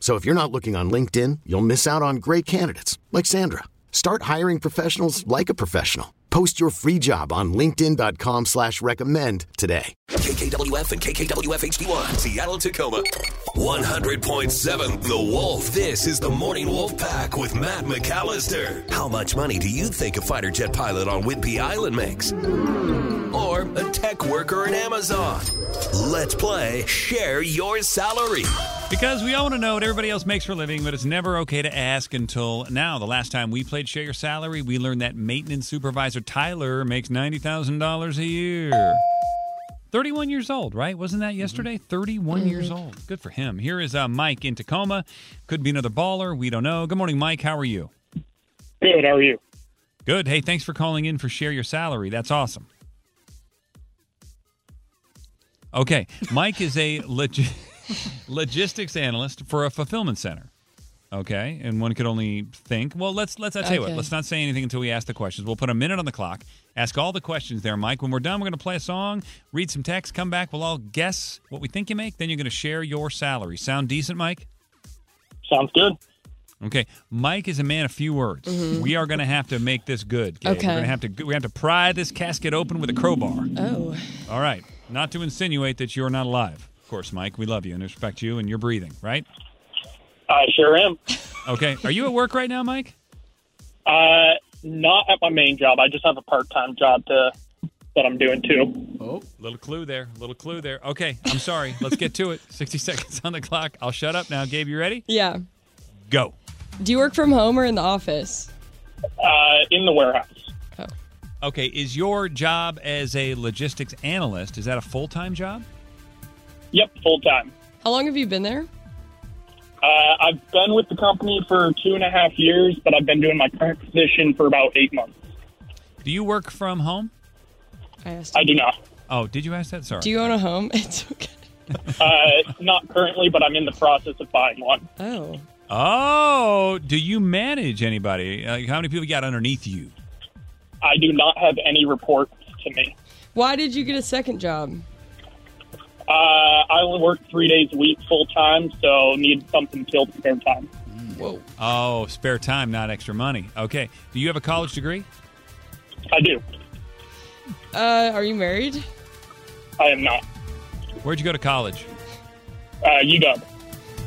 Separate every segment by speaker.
Speaker 1: So if you're not looking on LinkedIn, you'll miss out on great candidates like Sandra. Start hiring professionals like a professional. Post your free job on linkedin.com/recommend slash recommend today.
Speaker 2: KKWF and KKWF HD1, Seattle, Tacoma. 100.7 The Wolf. This is the Morning Wolf Pack with Matt McAllister. How much money do you think a fighter jet pilot on Whidbey Island makes? Or a tech worker in Amazon? Let's play Share Your Salary.
Speaker 3: Because we all want to know what everybody else makes for a living, but it's never okay to ask until now. The last time we played Share Your Salary, we learned that maintenance supervisor Tyler makes $90,000 a year. 31 years old, right? Wasn't that yesterday? 31 years old. Good for him. Here is uh, Mike in Tacoma. Could be another baller. We don't know. Good morning, Mike. How are you?
Speaker 4: Good. How are you?
Speaker 3: Good. Hey, thanks for calling in for Share Your Salary. That's awesome. Okay. Mike is a logi- logistics analyst for a fulfillment center. Okay. And one could only think, well, let's let's I tell you what,
Speaker 5: Okay.
Speaker 3: let's not say anything until we ask the questions. We'll put a minute on the clock. Ask all the questions there, Mike. When we're done, we're gonna play a song, read some text, come back, we'll all guess what we think you make, then you're gonna share your salary. Sound decent, Mike?
Speaker 4: Sounds good.
Speaker 3: Okay, Mike is a man of few words. We are going to have to make this good. Gabe.
Speaker 5: Mm-hmm. Okay.
Speaker 3: we're going to have to we have to pry this casket open with a crowbar.
Speaker 5: Oh,
Speaker 3: All right, not to insinuate that you are not alive. Of course, Mike, we love you and respect you, and you're breathing, right?
Speaker 4: I sure am.
Speaker 3: Okay, are you at work right now, Mike?
Speaker 4: Uh, not at my main job. I just have a part-time job to that I'm doing too.
Speaker 3: Little clue there, little clue there. Okay, I'm sorry. Let's get to it. 60 seconds on the clock. I'll shut up now. Gabe, you ready?
Speaker 5: yeah.
Speaker 3: Go.
Speaker 5: Do you work from home or in the office?
Speaker 4: Uh, in the warehouse.
Speaker 3: Okay, is your job as a logistics analyst is that a full-time job?
Speaker 4: Yep, full time.
Speaker 5: How long have you been there?
Speaker 4: Uh, I've been with the company for two and a half years, but I've been doing my current position for about eight months.
Speaker 3: Do you work from home?
Speaker 5: I asked.
Speaker 4: I do not.
Speaker 3: Oh, did you ask that? Sorry.
Speaker 5: Do you own a home? It's okay.
Speaker 4: Uh, not currently, but I'm in the process of buying one.
Speaker 5: Oh,
Speaker 3: Oh, do you manage anybody? Like, how many people you got underneath you?
Speaker 4: I do not have any reports to me.
Speaker 5: why did you get a second job?
Speaker 4: Uh, I only work three days a week full time, so need something filled with spare time.
Speaker 3: Oh, spare time, not extra money. Okay. Do you have a college degree?
Speaker 4: I do.
Speaker 5: Uh, are you married?
Speaker 4: I am not.
Speaker 3: Where'd you go to college?
Speaker 4: Uh, UW.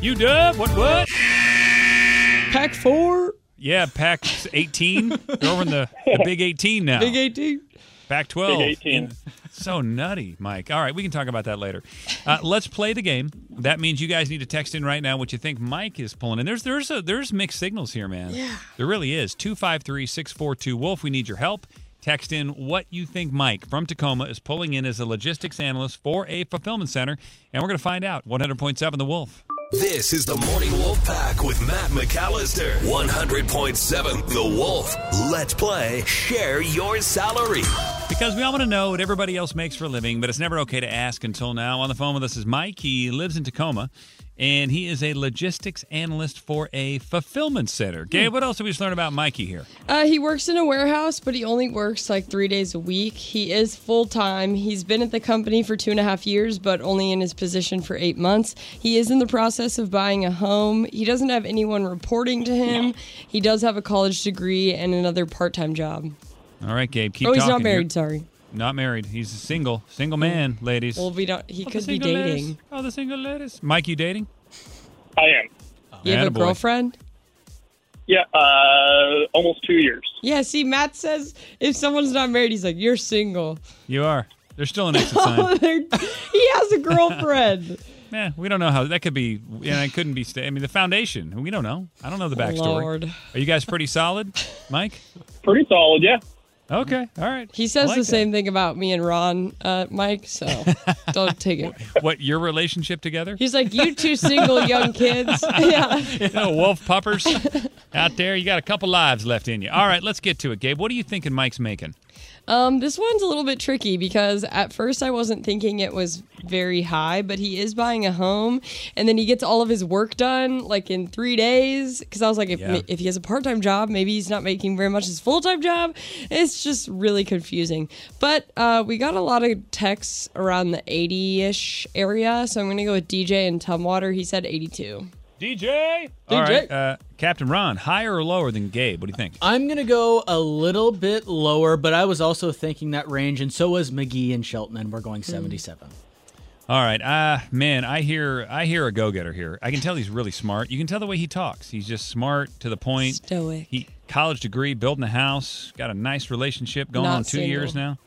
Speaker 3: You dub? What? What?
Speaker 5: Pack four,
Speaker 3: Yeah, Pac 18. You're over in the, the Big 18 now.
Speaker 5: big eighteen.
Speaker 3: Pac 12.
Speaker 4: Big 18.
Speaker 3: So nutty, Mike. All right, we can talk about that later. Uh, let's play the game. That means you guys need to text in right now what you think Mike is pulling. And there's there's a, there's mixed signals here, man. Yeah. There really is. 253-642-WOLF. We need your help. Text in what you think Mike from Tacoma is pulling in as a logistics analyst for a fulfillment center. And we're going to find out. 100.7 The Wolf.
Speaker 2: This is the Morning Wolf Pack with Matt McAllister. 100.7 The Wolf. Let's play Share Your Salary.
Speaker 3: Because we all want to know what everybody else makes for a living, but it's never okay to ask until now. On the phone with us is Mike. He lives in Tacoma, and he is a logistics analyst for a fulfillment center.
Speaker 5: Hmm.
Speaker 3: Gabe, what else did we just learn about Mikey here?
Speaker 5: Uh, he works in a warehouse, but he only works like three days a week. He is full time. He's been at the company for two and a half years, but only in his position for eight months. He is in the process of buying a home. He doesn't have anyone reporting to him. He does have a college degree and another part time job.
Speaker 3: All right, Gabe, keep
Speaker 5: oh,
Speaker 3: talking.
Speaker 5: he's not
Speaker 3: You're-
Speaker 5: married. Sorry.
Speaker 3: Not married. He's a single, single man, ladies.
Speaker 5: Well, we don't. He
Speaker 3: All the
Speaker 5: could be
Speaker 3: single ladies.
Speaker 5: dating.
Speaker 3: All the single ladies. Mike, you dating?
Speaker 4: I am.
Speaker 5: You have a
Speaker 3: Attaboy.
Speaker 5: girlfriend?
Speaker 4: Yeah, uh, almost two years.
Speaker 5: Yeah, see, Matt says if someone's not married, he's like, you're single.
Speaker 3: You are. There's still an exit sign.
Speaker 5: They're- he has a girlfriend.
Speaker 3: Man, we don't know how that could be. And it couldn't be. Sta- I mean, the foundation. We don't know. I don't know the backstory.
Speaker 5: Lord.
Speaker 3: Are you guys pretty solid, Mike?
Speaker 4: Pretty solid, yeah.
Speaker 3: Okay. All right.
Speaker 5: He says
Speaker 3: I like
Speaker 5: the
Speaker 3: that.
Speaker 5: same thing about me and Ron, uh, Mike, so don't take it.
Speaker 3: What your relationship together?
Speaker 5: He's like, you two single young kids. yeah.
Speaker 3: you know, wolf puppers out there. You got a couple lives left in you. All right, let's get to it, Gabe. What are you thinking Mike's making?
Speaker 5: Um, this one's a little bit tricky because at first I wasn't thinking it was very high, but he is buying a home, and then he gets all of his work done like in three days. Because I was like, if
Speaker 3: Yeah.
Speaker 5: if he has a part time job, maybe he's not making very much his full time job. It's just really confusing. But uh, we got a lot of texts around the eighty ish area, so I'm gonna go with DJ and Tumwater. He said eighty two.
Speaker 3: DJ. All right, uh, Captain Ron, higher or lower than Gabe? What do you think?
Speaker 6: I'm going to go a little bit lower, but I was also thinking that range, and so was McGee and Shelton, and we're going 77.
Speaker 3: All right, uh, man, I hear I hear a go getter here. I can tell he's really smart. You can tell the way he talks. He's just smart to the point.
Speaker 5: Stoic.
Speaker 3: He college degree, building a house, got a nice relationship going
Speaker 5: Not
Speaker 3: on two
Speaker 5: single.
Speaker 3: years now.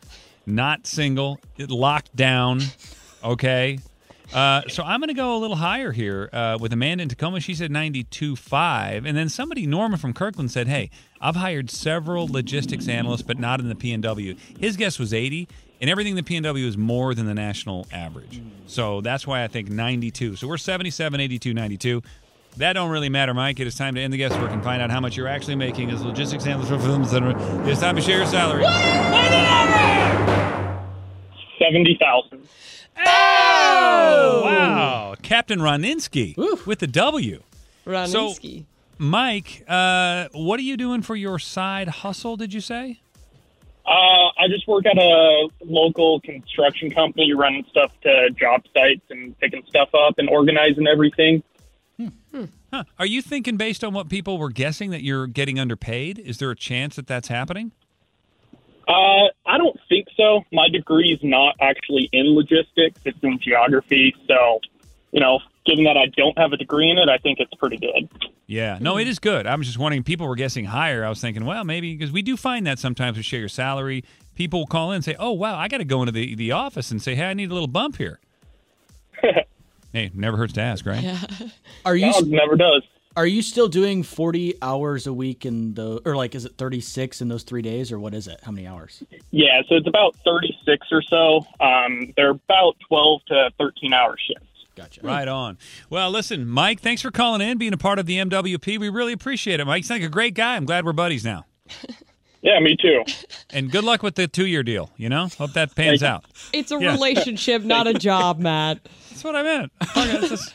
Speaker 3: Not single, it locked down. Okay. Uh, so I'm going to go a little higher here uh, with Amanda in Tacoma. She said 92.5. And then somebody, Norma from Kirkland, said, Hey, I've hired several logistics analysts, but not in the PNW. His guess was 80, and everything in the PNW is more than the national average. So that's why I think 92. So we're 77, 82, 92. That don't really matter, Mike. It is time to end the guesswork and find out how much you're actually making as a logistics analyst for Film Center. It is time to share your salary.
Speaker 4: 70,000.
Speaker 3: Oh, wow. Captain Roninski with the W.
Speaker 5: Roninsky.
Speaker 3: Mike, uh, what are you doing for your side hustle, did you say?
Speaker 4: Uh, I just work at a local construction company running stuff to job sites and picking stuff up and organizing everything.
Speaker 3: Huh. Are you thinking based on what people were guessing that you're getting underpaid? Is there a chance that that's happening?
Speaker 4: Uh, I don't think so. My degree is not actually in logistics, it's in geography. So, you know, given that I don't have a degree in it, I think it's pretty good.
Speaker 3: Yeah, no, it is good. I was just wondering. People were guessing higher. I was thinking, well, maybe because we do find that sometimes we share your salary. People will call in and say, "Oh, wow, I got to go into the, the office and say, hey, I need a little bump here." hey, never hurts to ask, right?
Speaker 6: Are you
Speaker 4: Dog never does.
Speaker 6: are you still doing 40 hours a week in the or like is it 36 in those 3 days or what is it? How many hours?
Speaker 4: Yeah, so it's about 36 or so. Um, they're about 12 to 13 hour shifts.
Speaker 6: Gotcha.
Speaker 3: Right on. Well, listen, Mike, thanks for calling in, being a part of the MWP. We really appreciate it, Mike. He's like a great guy. I'm glad we're buddies now.
Speaker 4: Yeah, me too.
Speaker 3: And good luck with the two year deal. You know, hope that pans out.
Speaker 5: It's a
Speaker 3: Yeah.
Speaker 5: relationship, not a job, Matt.
Speaker 3: That's what I meant. Okay, this is-